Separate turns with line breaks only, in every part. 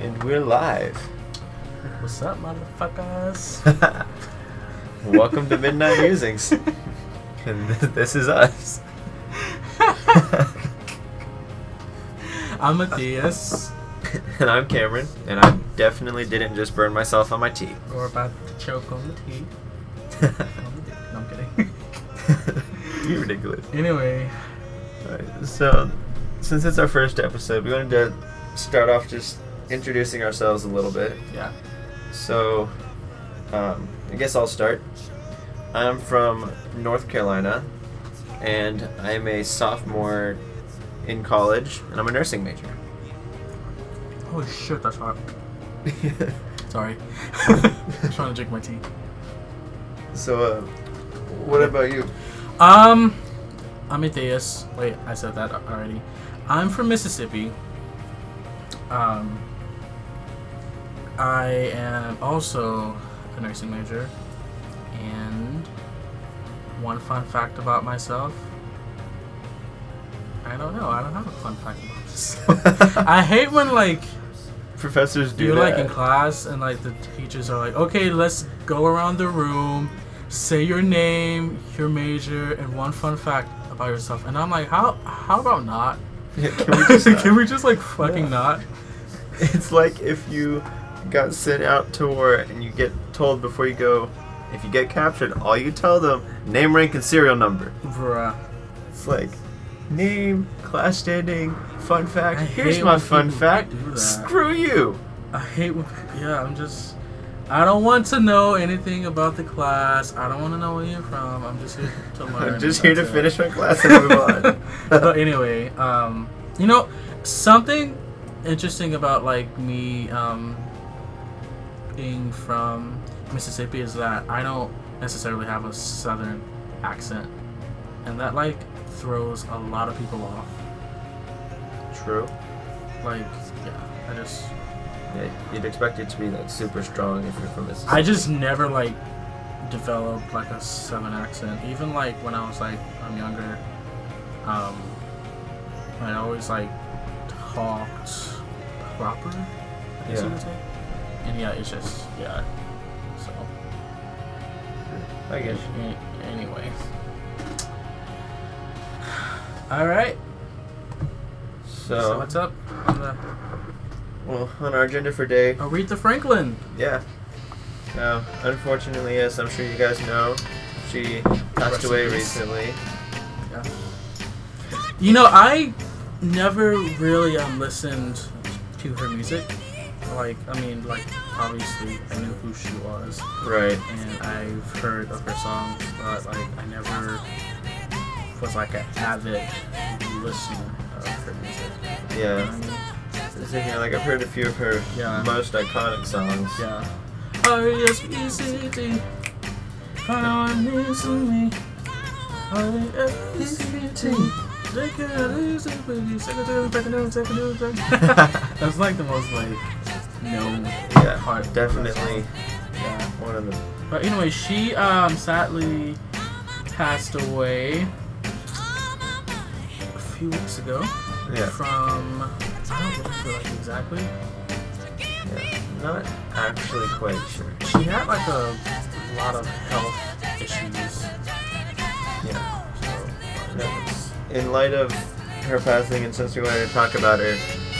And we're live.
What's up, motherfuckers?
Welcome to Midnight Musings. And th- this is us.
I'm Matthias.
and I'm Cameron, and I definitely didn't just burn myself on my tea.
We're about to choke on the tea. On the dick. No, I'm kidding.
you ridiculous.
anyway,
Alright, so, since it's our first episode, we wanted to start off just introducing ourselves a little bit.
yeah.
So, um, I guess I'll start. I'm from North Carolina, and I'm a sophomore in college, and I'm a nursing major.
Holy shit, that's hot. Sorry. I'm trying to drink my tea.
so, uh, what about you?
Um, I'm Matthias. Wait, I said that already. I'm from Mississippi. Um, I am also a nursing major. And one fun fact about myself I don't know. I don't have a fun fact about myself. I hate when, like,
Professors do
you're like
that.
in class and like the teachers are like, okay, let's go around the room, say your name, your major, and one fun fact about yourself. And I'm like, how how about not?
Yeah, can we just,
Can we just, like fucking
Yeah.
not?
It's like if you got sent out to war and you get told before you go, if you get captured, all you tell them name, rank, and serial number.
Bruh.
It's like name, class standing, fun fact.
I
Here's
hate
my
when
fun
people
fact.
do that.
Screw you.
I hate when yeah, I'm just I don't want to know anything about the class. I don't want to know where you're from. I'm just here to learn.
I'm just here to
That's it.
finish my class and move on.
but anyway, um, you know, something interesting about like me um, being from Mississippi is that I don't necessarily have a southern accent, and that like throws a lot of people off.
True.
Like, yeah, I just
Yeah, you'd expect it to be like super strong if you're from Mississippi.
I just never like developed like a southern accent. Even like when I was like I'm younger, um, I always like talked proper. I guess you
Yeah.
would say. And yeah, it's just yeah. So
I guess.
a- anyway. All right.
So,
So, what's up? On the
well, on our agenda for day,
Aretha Franklin.
yeah. Uh, unfortunately, as I'm sure you guys know, she passed
Rest in
away
peace.
recently.
You know, I never really um, listened to her music. Like, I mean, like, obviously, I knew who she was,
Right.
and I've heard of her songs, but, like, I never was, like, an avid listener of her music.
Yeah.
I mean,
So, yeah, like I've heard a few of her
Yeah.
most iconic songs.
yeah. Are you easy to find easily? Are you easy to take it easy, baby? Second down, second down, second down, second down. That's like the most like known
Yeah,
part. of
definitely
that song. Yeah.
one of the
But anyway, she um sadly passed away a few weeks ago
yeah,
from I don't remember like exactly.
yeah. Not actually quite sure.
She had like a lot of health issues.
Yeah.
So
No. In light of her passing, and since we wanted to talk about her,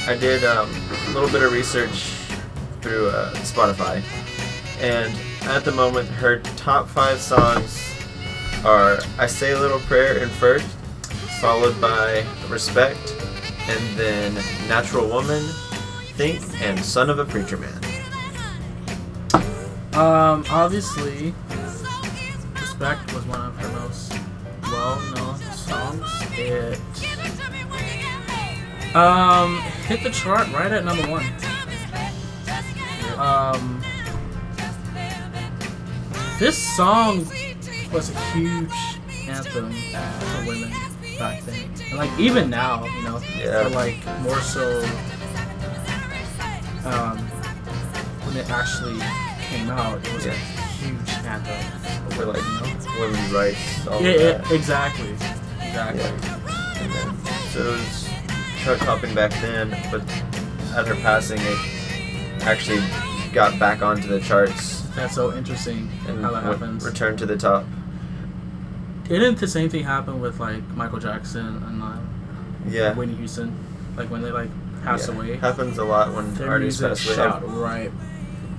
I did um, a little bit of research through uh, Spotify, and at the moment, her top five songs are "I Say a Little Prayer" in first, followed by "Respect," and then "Natural Woman," "Think," and "Son of a Preacher Man."
Um, obviously, Respect was one of her most well known songs. It um, hit the chart right at number one. Um, this song was a huge anthem for women back then. And like, even now, you know,
Yeah.
but like more so um, when it actually came out, it was
Yeah.
a huge anthem.
For like women's rights, all
Yeah,
of that.
yeah, exactly. Exactly.
Yeah. And then, so it was chart hopping back then, but at her passing, it actually got back onto the charts
That's so interesting
and
how that
w-
happens.
returned to the top.
Didn't the same thing happen with like Michael Jackson and um,
Yeah,
Whitney Houston? Like when they like passed
yeah.
away,
Happens a lot when
their
artists
music
pass away.
shot right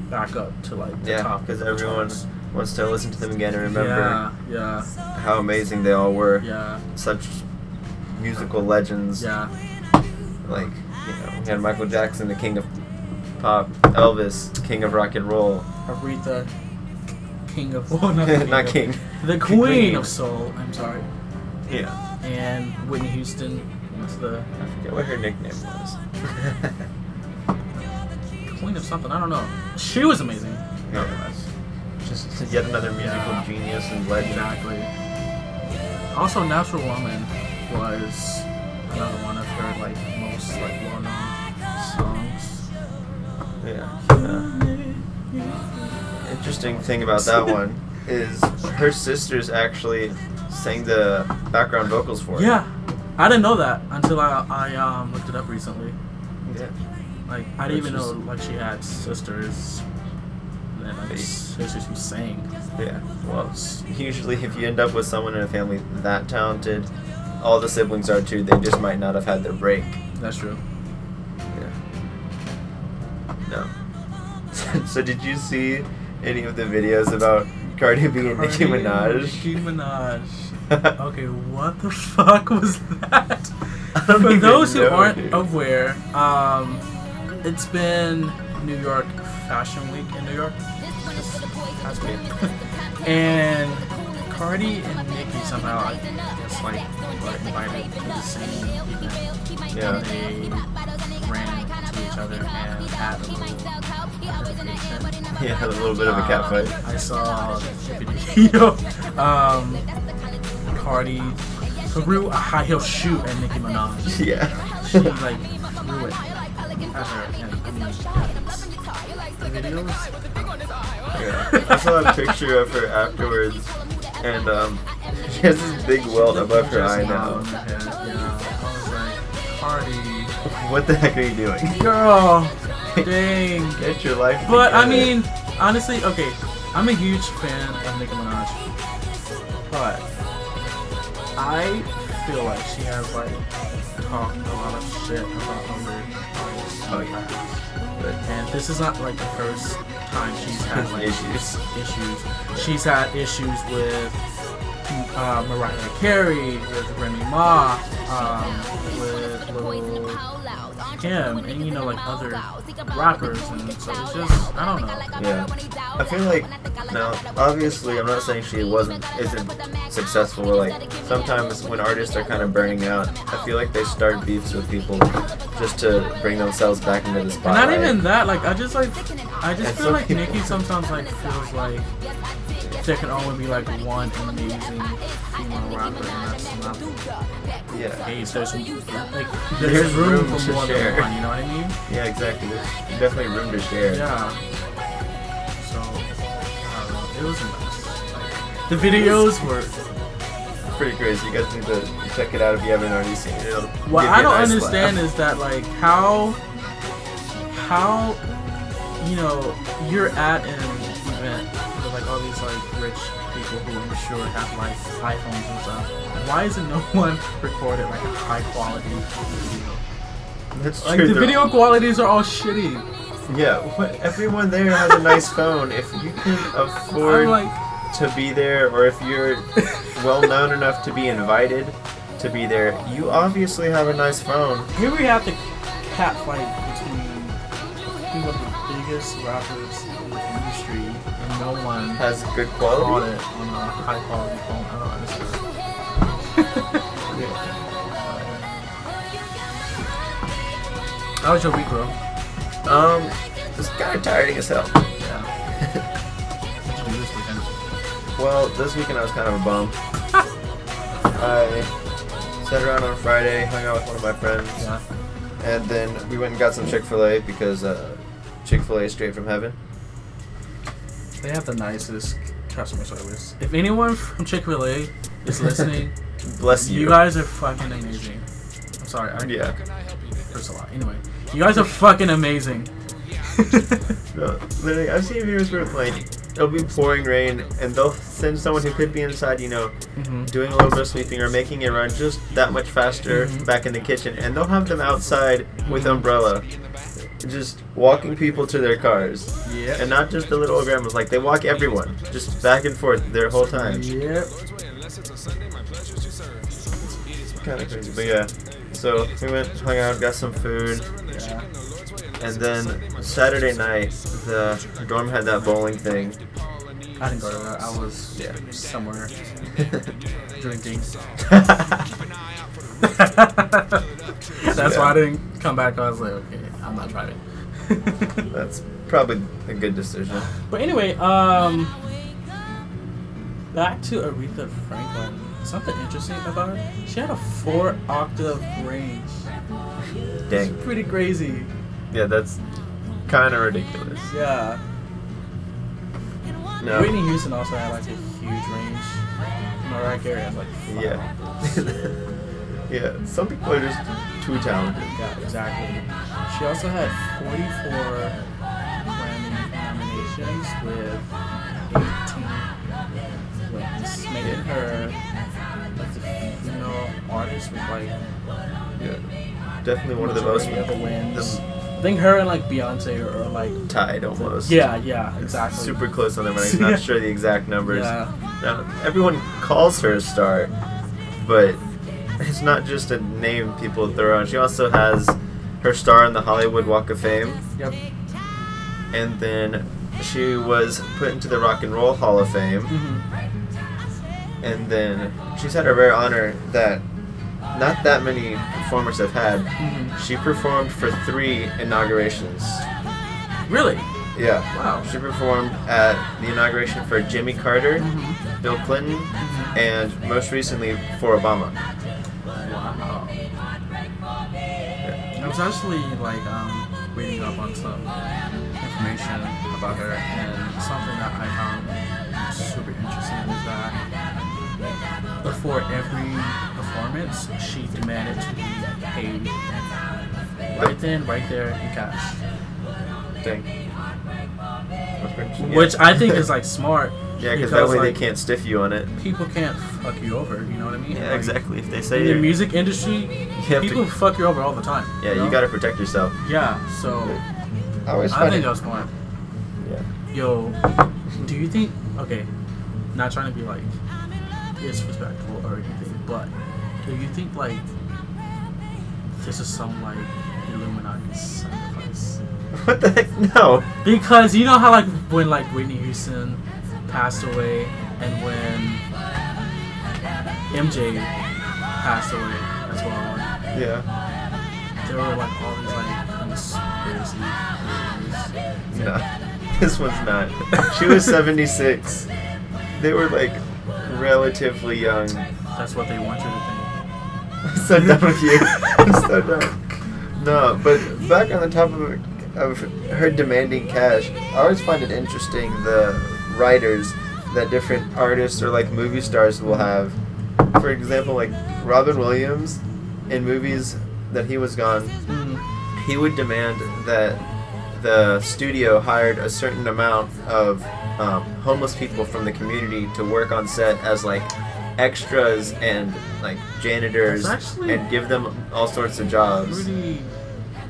back up to like the
Yeah,
top of
because
the
everyone
charts.
wants to listen to them again and remember
Yeah, yeah,
how amazing they all were.
yeah,
Such musical legends.
yeah.
Like, you know, we had Michael Jackson, the king of pop, Elvis, king of rock and roll.
Aretha, king of well, not, the king,
Not
of-
king.
the queen,
queen.
of soul. I'm sorry,
Yeah.
and Whitney Houston was the
I forget what her nickname was.
queen of something. I don't know. She was amazing.
yeah. Just yet another musical
Yeah.
genius and legend.
Exactly. Also, Natural Woman was another one of her like most like well-known songs.
Yeah. yeah. Interesting thing about that one is her sisters actually sang the background vocals for it.
Yeah, I didn't know that until I, I um, looked it up recently.
Yeah.
Like I didn't
Which
even know
is-
like she had sisters. And then like,
Hey.
sisters who sang.
Yeah.
Well, it's-
Usually, if you end up with someone in a family that talented, all the siblings are too. They just might not have had their break.
that's true.
Yeah. No. So, did you see any of the videos about Cardi B and Nicki
Cardi
Minaj?
Nicki Minaj. okay, what the fuck was that? For those who aren't aware, um, it's been New York Fashion Week in New York,
That's
That's
me.
me.
and Cardi and Nicki somehow, I guess, like, were invited to the same event.
Yeah.
They ran to each other and had a little
Yeah, a little bit of a catfight.
Uh, I saw the video. um, Cardi threw a high heel shoe at Nicki Minaj. She
Yeah.
like threw it at her, and I mean, the video was
yeah. I saw a picture of her afterwards, and um, she has this big welt above her eye now.
Party.
What the heck are you doing?
Girl, dang.
Get your life.
But I
together.
mean, honestly, okay, I'm a huge fan of Nicki Minaj, but I feel like she has like talked a lot of shit about other artists.
Oh, yeah. But-
And this is not like the first time she's had like
Issues.
issues. She's had issues with uh, Mariah Carey, with Remy Ma, um, with Lil him and you know like other rappers and so it's just I don't know.
Yeah. I feel like now, obviously, I'm not saying she wasn't isn't successful. But like sometimes when artists are kind of burning out, I feel like they start beefs with people just to bring themselves back into the
And
spotlight.
not even that, like I just like I
And
just feel
some
like
people-
Nikki sometimes like feels like there can only be like one amazing female rapper and that's not the
Yeah.
case. There's like there's,
There's
room,
room
for
to
more
share.
than one, you know what I mean?
Yeah, exactly. There's definitely room to share.
Yeah. So I don't know. It was a mess. Like, the videos were
Pretty crazy. You guys need to check it out if you haven't already seen it. It'll
What
give
I
you a
don't
nice
understand
laugh.
is that like how how you know you're at an event with like all these like rich people who I'm sure have like iPhones and stuff. Why isn't no one recorded like a high quality video?
That's
Like
true,
the
they're-
video qualities are all shitty.
Yeah, what, everyone there has a nice phone. If you can afford
I'm like
to be there or if you're well known enough to be invited to be there, you obviously have a nice phone.
here we have the cat fight between two of the biggest rappers in the industry and no one
Has good
bought
quality.
it on a high quality phone. I don't understand. How was your week, bro?
Um, it's kind of tiring as hell.
Yeah. What'd you do this weekend?
Well, this weekend I was kind of a bum. I sat around on Friday, hung out with one of my friends,
Yeah.
and then we went and got some Chick Fil A because uh, Chick Fil A is straight from heaven.
They have the nicest customer service. If anyone from Chick Fil A is listening,
Bless you.
you guys are fucking amazing. I'm sorry, I
Yeah.
curse a lot. Anyway, you guys are fucking amazing.
No, literally, I've seen videos where like it'll be pouring rain, and they'll send someone who could be inside, you know,
Mhm.
doing a little bit of sweeping or making it run just that much faster
Mhm.
back in the kitchen, and they'll have them outside with umbrella, just walking people to their cars,
Yep.
and not just the little old grandmas. Like they walk everyone, just back and forth their whole time.
Yep.
Kind of crazy, but yeah. So we went, hung out, got some food,
Yeah.
and then Saturday night the dorm had that bowling thing.
I didn't go to that. I was
Yeah.
somewhere drinking. That's why I didn't come back. I was like, okay, I'm not driving.
That's probably a good decision.
but anyway, um, back to Aretha Franklin. Something interesting about her. She had a four octave range.
Dang.
Pretty crazy.
Yeah, that's kind of ridiculous.
Yeah.
No.
Whitney Houston also had like a huge range. Mariah Carey has like five.
Yeah. yeah, some people are just too talented.
Yeah, exactly. She also had 44 Grammy nominations with 18 wins, making her like the female artist with like
Yeah. Definitely one of the most
majority of the wins.
the
I think her and like Beyonce are, are like
tied almost.
yeah, yeah, exactly.
Super close on them, and I'm not sure the exact numbers.
Yeah,
Now, everyone calls her a star, but it's not just a name people throw around. She also has her star on the Hollywood Walk of Fame,
yep.
and then she was put into the Rock and Roll Hall of Fame.
Mm-hmm.
and then she's had a rare honor that not that many performers have had.
Mm-hmm.
She performed for three inaugurations.
Really?
Yeah.
Wow.
She performed at the inauguration for Jimmy Carter,
Mm-hmm.
Bill Clinton, and most recently for Obama.
Wow. I was actually like um, reading up on some information about her, and something that I found super interesting is that before every performance, she demanded to be paid right then, right there in cash,
Dang. Yeah.
which I think is like smart.
yeah, because that
because,
way
like,
they can't stiff you on it.
People can't fuck you over. You know what I mean?
Yeah,
Like,
exactly. If they say
In the
you're-
music industry,
have to-
people fuck you over all the time.
yeah, you
know?
gotta protect yourself.
Yeah, so
I always
I think that was smart.
Yeah.
Yo, do you think? Okay, not trying to be like disrespectful or anything, but do you think like this is some like Illuminati sacrifice?
What the heck? No.
Because you know how like when like Whitney Houston passed away and when MJ passed away as well,
Yeah.
there were like all these like conspiracy theories.
No, this one's not. She was 76. They were like relatively young.
That's what they want you to think.
I'm so dumb of you. I'm so dumb. No, but back on the top of, of her demanding cash, I always find it interesting the writers that different artists or like movie stars will have. For example, like Robin Williams in movies that he was gone,
Mm,
he would demand that the studio hired a certain amount of um, homeless people from the community to work on set as like extras and like janitors
That's actually-
and give them all sorts of jobs.
pretty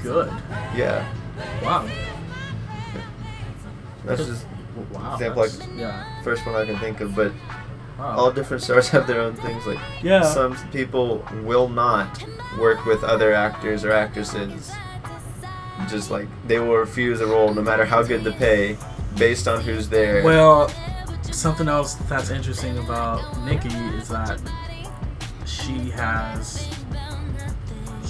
good.
Yeah,
Wow.
that's just
Wow.
example like
that's- yeah.
first one I can think of. But
Wow.
all different stars have their own things. Like
Yeah.
some people will not work with other actors or actresses. Just like they will refuse a role no matter how good the pay, based on who's there.
well, something else that's interesting about Nikki is that she has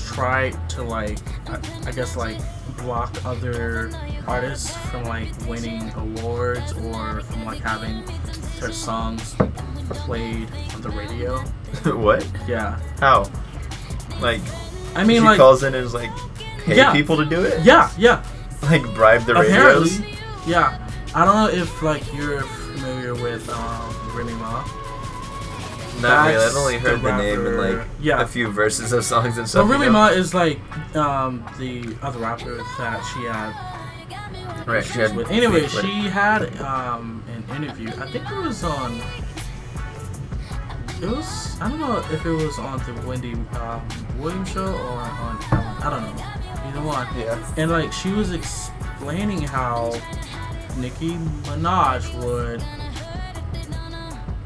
tried to like, I, I guess like block other artists from like winning awards or from like having their songs played on the radio.
what?
Yeah.
How? Like
I mean
she
like
calls in and is like, pay
Yeah.
people to do it.
yeah, yeah.
Like bribe the
Apparently,
radios.
yeah. I don't know if like you're familiar with um, Remy Ma.
Not really. I've
That's
only heard
the
the, name and
rapper.
like
Yeah.
a few verses of songs and
So
stuff. you
Remy
know?
Ma is like um, the other rapper that she had
Right, she had
with. Anyway,
beef with-
she had um, an interview. I think it was on. It was I don't know if it was on the Wendy um, Williams show or on Ellen. I don't know either one.
Yeah.
And like she was explaining how Nicki Minaj would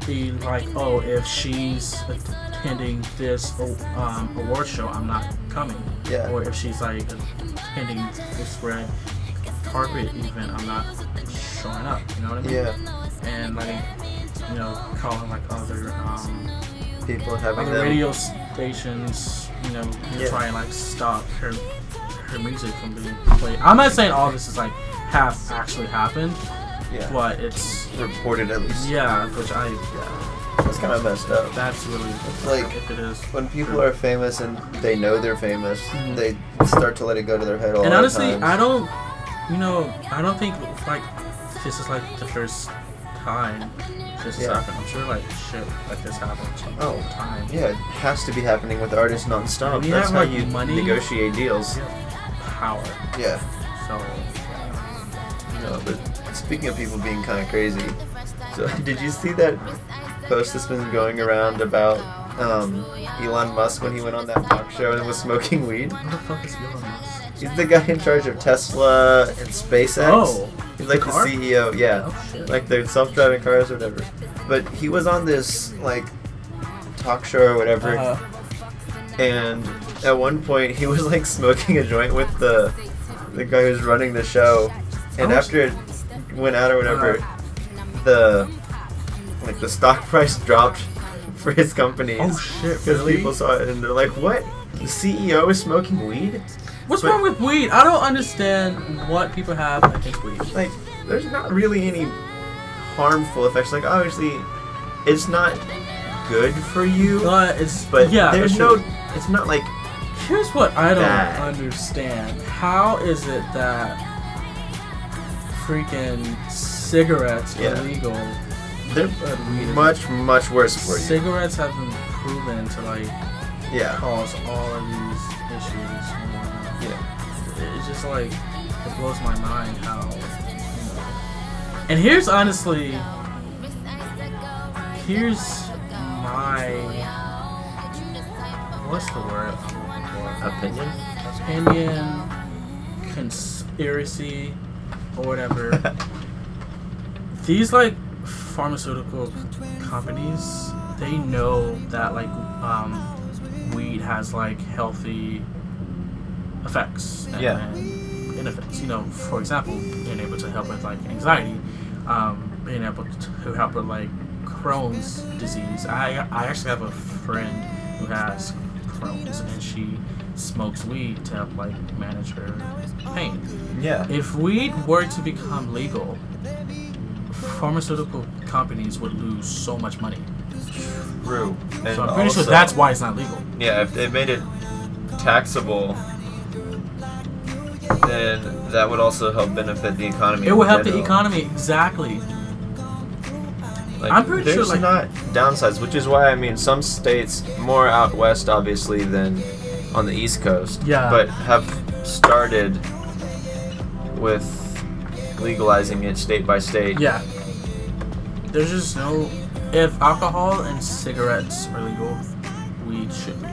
be like, oh, if she's attending this um, award show, I'm not coming.
Yeah.
Or if she's like attending this red carpet event, I'm not showing up. You know what I mean?
Yeah.
And like, you know, calling like other um,
People having
other
them.
radio stations, you know,
Yeah.
to try and like stop her her music from being played. I'm not saying all this is like have actually happened,
Yeah.
but it's
Reported at least.
yeah, which I
That's kind of messed up.
that's really
Like-
if it is.
When people are famous and they know they're famous,
Mhm.
they start to let it go to their head all
And
the
honestly,
times.
I don't, you know, I don't think like this is like the first time this has
Yeah.
happened. I'm sure like shit like this happens all
Oh,
the time.
Yeah, it has to be happening with artists nonstop.
We
That's
have,
how
like,
you
money.
negotiate deals.
Power.
Yeah.
So
No, but speaking of people being kind of crazy, so did you see that post that's been going around about um, Elon Musk when he went on that talk show and was smoking weed?
what the fuck is Elon Musk?
He's the guy in charge of Tesla and SpaceX.
Oh,
He's like
the
the E
car?
CEO, yeah.
Oh, shit.
Like the self-driving cars or whatever. But he was on this like talk show or whatever,
Uh,
and at one point he was like smoking a joint with the the guy who's running the show, and
Oh, Uh-huh.
after it went out or whatever, the like the stock price dropped for his company.
oh shit!
Because
Really?
people saw it and they're like, "What? The CEO is smoking weed?
What's
but-
wrong with weed? I don't understand what people have against weed.
Like, there's not really any harmful effects. Like, obviously, it's not good for you,
But it's
but
Uh, yeah.
there's
that's
no.
true.
It's not like
Here's what I don't
That.
understand. How is it that freaking cigarettes are
Yeah.
legal?
they're
but weed is-
much much worse for you.
Cigarettes have been proven to like
Yeah.
cause all of these issues. and whatnot.
Yeah.
It- It's just like it blows my mind how. You know. And here's honestly, here's my what's the word?
Opinion?
opinion, conspiracy, or whatever. These like pharmaceutical companies, they know that like um, weed has like healthy effects and,
Yeah.
and benefits. You know, for example, being able to help with like anxiety, um, being able to help with like Crohn's disease. I I actually have a friend who has Crohn's and she smokes weed to help like manage her pain.
Yeah.
If weed were to become legal, pharmaceutical companies would lose so much money.
True. And
so I'm pretty sure
also-
that's why it's not legal.
Yeah, if they made it taxable, then that would also help benefit the economy.
It
in
would help the
general.
economy exactly.
Like,
I'm pretty sure,
there's
like-
not downsides, which is why I mean some states more out west, obviously, than on the East Coast.
Yeah.
But have started with legalizing it state by state.
Yeah. There's just no. If alcohol and cigarettes are legal, weed should be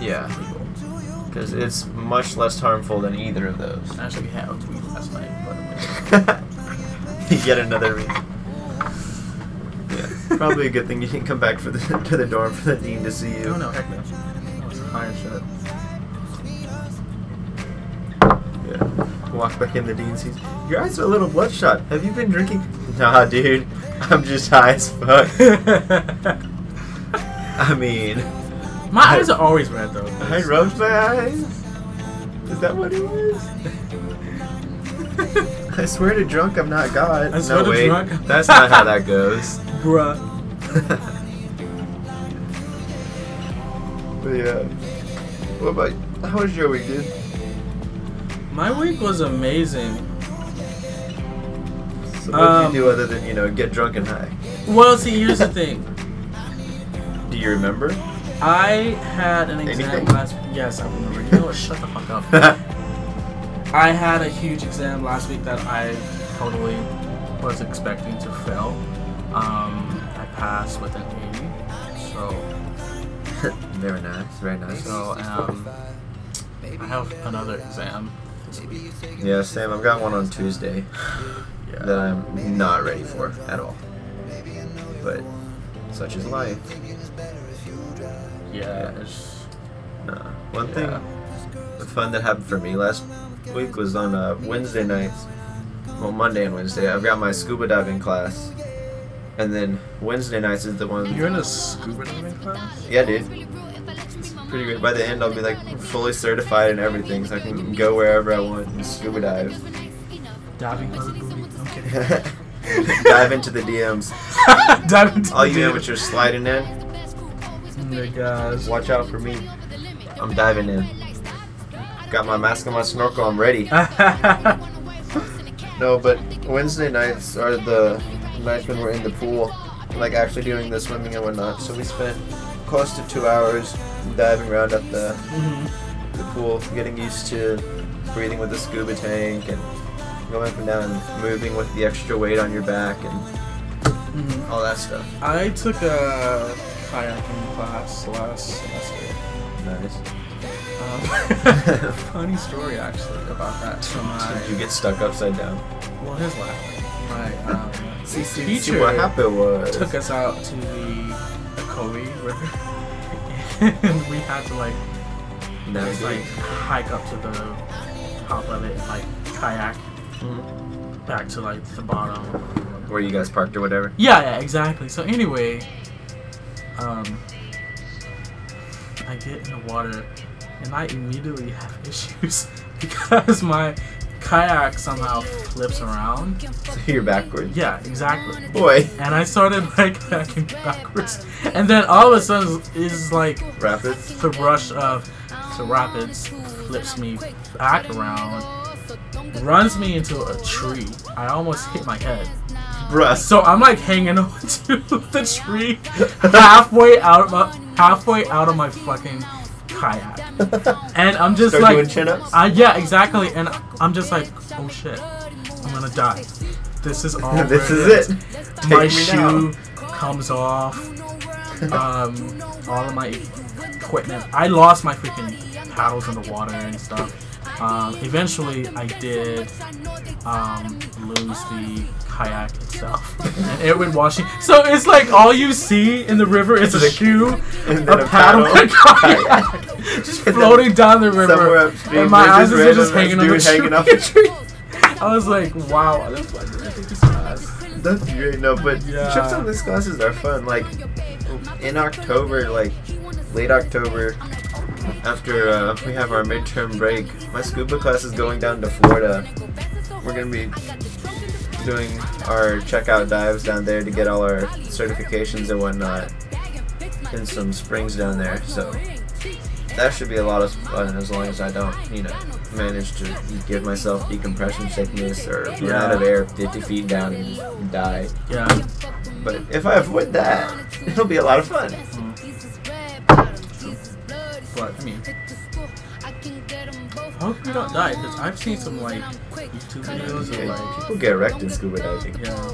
Yeah.
legal.
Because it's much less harmful than either of those.
Actually, we had weed last night, but
Yet another reason. Yeah, probably a good thing you didn't come back for the, to the dorm for the dean to see you.
no, no, heck no. That was a fire shot.
Yeah. Walk back in the dean sees your eyes are a little bloodshot. Have you been drinking? Nah, dude. I'm just high as fuck. I mean,
My eyes are always red though.
I rubbed my eyes. Is that what it was? I swear to drunk, I'm not God.
I swear
no,
to
wait.
drunk.
That's not how that goes.
Bruh.
But yeah. What about how was your week, dude?
My week was amazing.
So what
Um,
did you do other than you know get drunk and high?
Well, see, here's the thing.
Do you remember?
I had an exam
Anything?
last. Yes, I remember. You know what? Shut the fuck up. I had a huge exam last week that I totally was expecting to fail. Um, I passed with an 80. So,
very nice, very nice.
so um, I have another exam.
Yeah, Sam, I've got one on Tuesday that
Yeah.
I'm not ready for at all. But such is life.
Yeah. It's,
Nah. One
Yeah.
thing fun that happened for me last week was on uh, Wednesday nights. Well, Monday and Wednesday, I've got my scuba diving class, and then Wednesday nights is the one.
You're in a scuba diving class?
yeah, dude. Pretty good. By the end, I'll be like fully certified and everything, so I can go wherever I want and scuba dive.
Diving for the booty. I'm kidding.
dive into the DMs.
diving to
All Oh,
the
you
deep.
amateurs sliding in,
Oh my gosh.
watch out for me. I'm diving in. Got my mask and my snorkel. I'm ready.
Mm-hmm.
No, but Wednesday nights are the nights when we're in the pool, like actually doing the swimming and whatnot. So we spent close to two hours diving around at the,
Mhm.
the pool, getting used to breathing with the scuba tank and going up and down and moving with the extra weight on your back and
Mhm.
all that stuff.
I took a kayaking class last semester.
Nice.
Um, funny story actually about that. So
Did you
my
get stuck upside down?
well, his last my um,
See, see, see
teacher
what happened was.
took us out to the Kobe River, and we had to like just like
Navigate.
hike up to the top of it, and, like kayak Mm-hmm. back to like the bottom.
Where you guys parked or whatever.
Yeah, yeah, exactly. So anyway, um, I get in the water and I immediately have issues because my kayak somehow flips around.
You're backwards.
Yeah, exactly.
Boy.
And I started like kayaking backwards, and then all of a sudden is like
Rapids.
the rush of the rapids flips me back around, runs me into a tree. I almost hit my head.
Bruh.
So I'm like hanging on to the tree halfway out of my, halfway out of my fucking kayak, and I'm just
Start
like,
doing chin-ups?
Uh, yeah, exactly. And I'm just like, oh shit, I'm gonna die. This is all.
this
there
is it. Take
My
me
shoe comes off. Um, all of my equipment. I lost my freaking paddles in the water and stuff. Um, eventually, I did um, lose the kayak itself, and it went washing. So it's like all you see in the river is a
Is a-
shoe,
and
a
then a
paddle, and a
paddle.
kayak, just
And then
floating down the
Somewhere
river,
upstream,
and my
there's
eyes
just
are just hanging
random
on the
dude hanging off
tree.
a tree.
I was like, wow, that's like this class.
That's great. No, but
Yeah.
trips on these classes are fun. Like in October, like late October, after uh, we have our midterm break, my scuba class is going down to Florida. We're gonna be doing our checkout dives down there to get all our certifications and whatnot in some springs down there. So that should be a lot of fun as long as I don't, you know, manage to give myself decompression sickness or run
Yeah.
out of air 50 feet down and die.
Yeah,
But if I avoid that, it'll be a lot of fun.
Mm-hmm.
but I mean. I hope you don't die because I've seen some like YouTube videos of
Yeah,
like
people get wrecked in scuba diving.
yeah.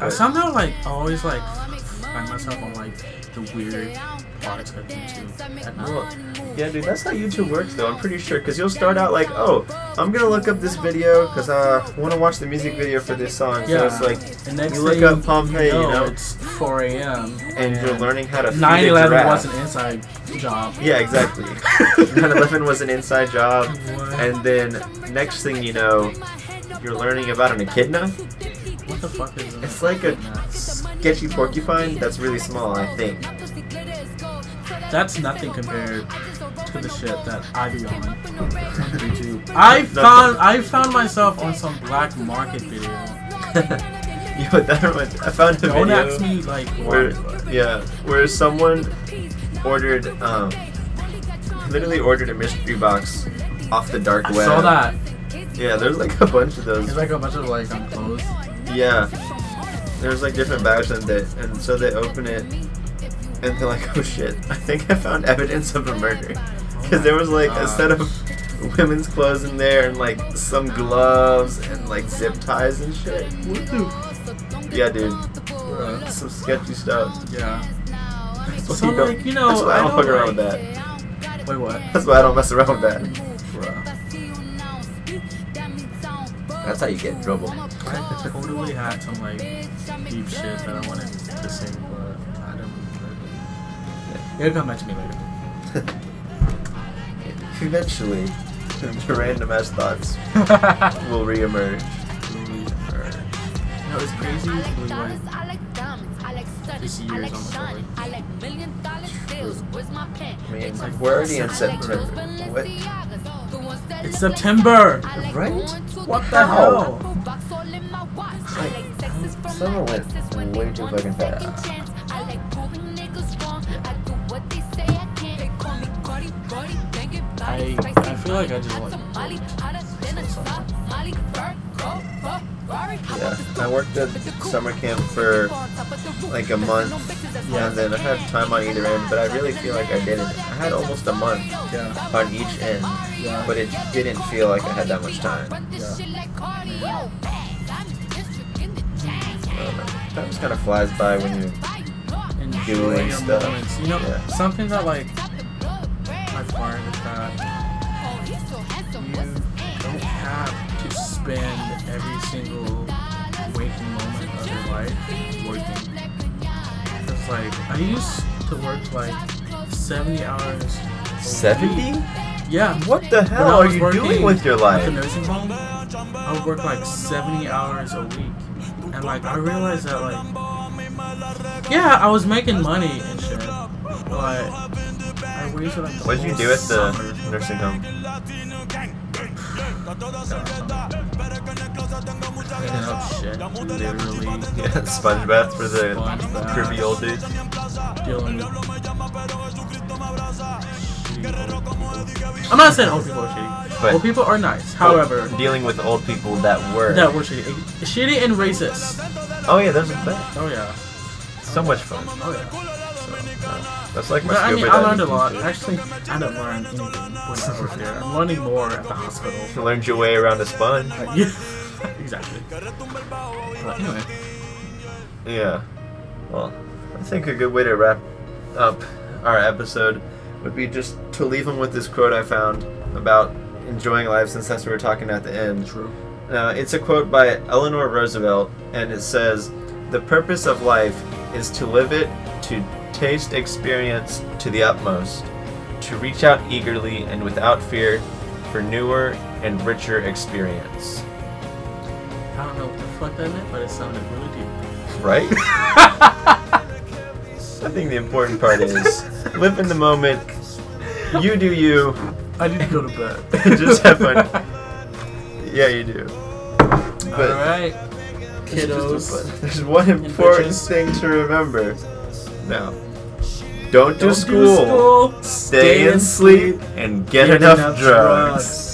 I somehow like always like find myself on like the weird parts of YouTube at
Well,
night.
yeah, dude, that's how YouTube works, though. I'm pretty sure, because you'll start out like, oh, I'm gonna look up this video because I want to watch the music video for this song.
Yeah,
So it's like,
and next
you look
thing
up Pompeii, you know?
it's 4 a.m.
and you're learning how to feed a
9/11
giraffe.
was an inside job.
Yeah, exactly. 9/11 was an inside job, and then next thing you know, you're learning about an echidna.
What the fuck is
It's
that?
like a sketchy porcupine that's really small, I think.
That's nothing compared to the shit that I be on on YouTube. I found I found myself on some black market video.
Yo, that reminds I found a
Don't
video
ask me like
where,
why.
yeah, where someone ordered, um, literally ordered a mystery box off the dark
I
web.
saw that.
Yeah, there's like a bunch of those.
It's like a bunch of like um, clothes.
Yeah. There's like different bags in it, and so they open it, and they're like, "Oh shit! I think I found evidence of a murder," because there was like a set of women's clothes in there and like some gloves and like zip ties and shit.
What the?
Yeah, dude.
Bruh.
Some sketchy stuff.
Yeah.
That's why
So,
you don't-
like, you know,
that's why I
I
don't
don't
fuck around with
like-
that.
Wait, what?
That's why I don't mess around with that.
Bruh.
That's how you get in trouble.
I totally had some like deep shit that I wanted to say, but I don't remember. It'll come back to me later.
Eventually, the random ass thoughts will reemerge.
You know, it's crazy. when, like,
This year's on the I
mean,
mean,
like,
we're already in September.
What?
It's September!
Right?
What
the hell?
Like,
summer went way too fucking fast.
I- I feel like I just like-
Yeah, I worked at summer camp for like a month,
Yeah.
and then I had time on either end. But I really feel like I didn't. I had almost a month
Yeah.
on each end,
Yeah.
but it didn't feel like I had that much time. I don't know. Time just kind of flies by when you.
Enjoy
Doing
your
stuff.
moments. You know,
Yeah.
something that like I've learned is that you don't have to spend every single waking moment of your life working. It's like I used to work like 70 hours. a week.
70?
Yeah.
What the
When I
hell are
was
you
working
doing with your
At the
life?
nursing home, I would work like 70 hours a week. And like, I realized that, like, yeah, I was making money and shit. But I wasted like the
What did you
whole
do at the
summer.
nursing home?
Cleaning up shit. Literally.
Yeah, sponge bath for the
Sponge bath.
creepy old dude.
Dealing with. shitty old people. I'm not saying old people are shitty.
But-
old people are nice. However,
dealing with old people that were.
that were shitty. Shitty and racist.
Oh yeah, those are bad.
Oh, yeah.
So much fun.
Oh, yeah.
That's like my
But I
scuba
mean, I learned a
diving
lot.
teacher.
Actually, I didn't learn anything when I was there. I'm learning more at the hospital.
Learned your way around a sponge.
Yeah, exactly. But anyway,
Yeah. Well, I think a good way to wrap up our episode would be just to leave them with this quote I found about enjoying life since that's what we were talking at the end.
true.
Uh, it's a quote by Eleanor Roosevelt, and it says, The purpose of life is to live it, to taste experience to the utmost, to reach out eagerly and without fear for newer and richer experience.
I don't know what the fuck that meant, but it sounded really deep.
Right? I think the important part is live in the moment, you do you,
I need to go to bed.
just have fun. Yeah, you do.
All
But-
right,
There's just a-
kiddos.
There's one important
bitches.
thing to remember. Now, don't do
Don't do
school.
school.
Stay, in sleep and get, enough, drugs.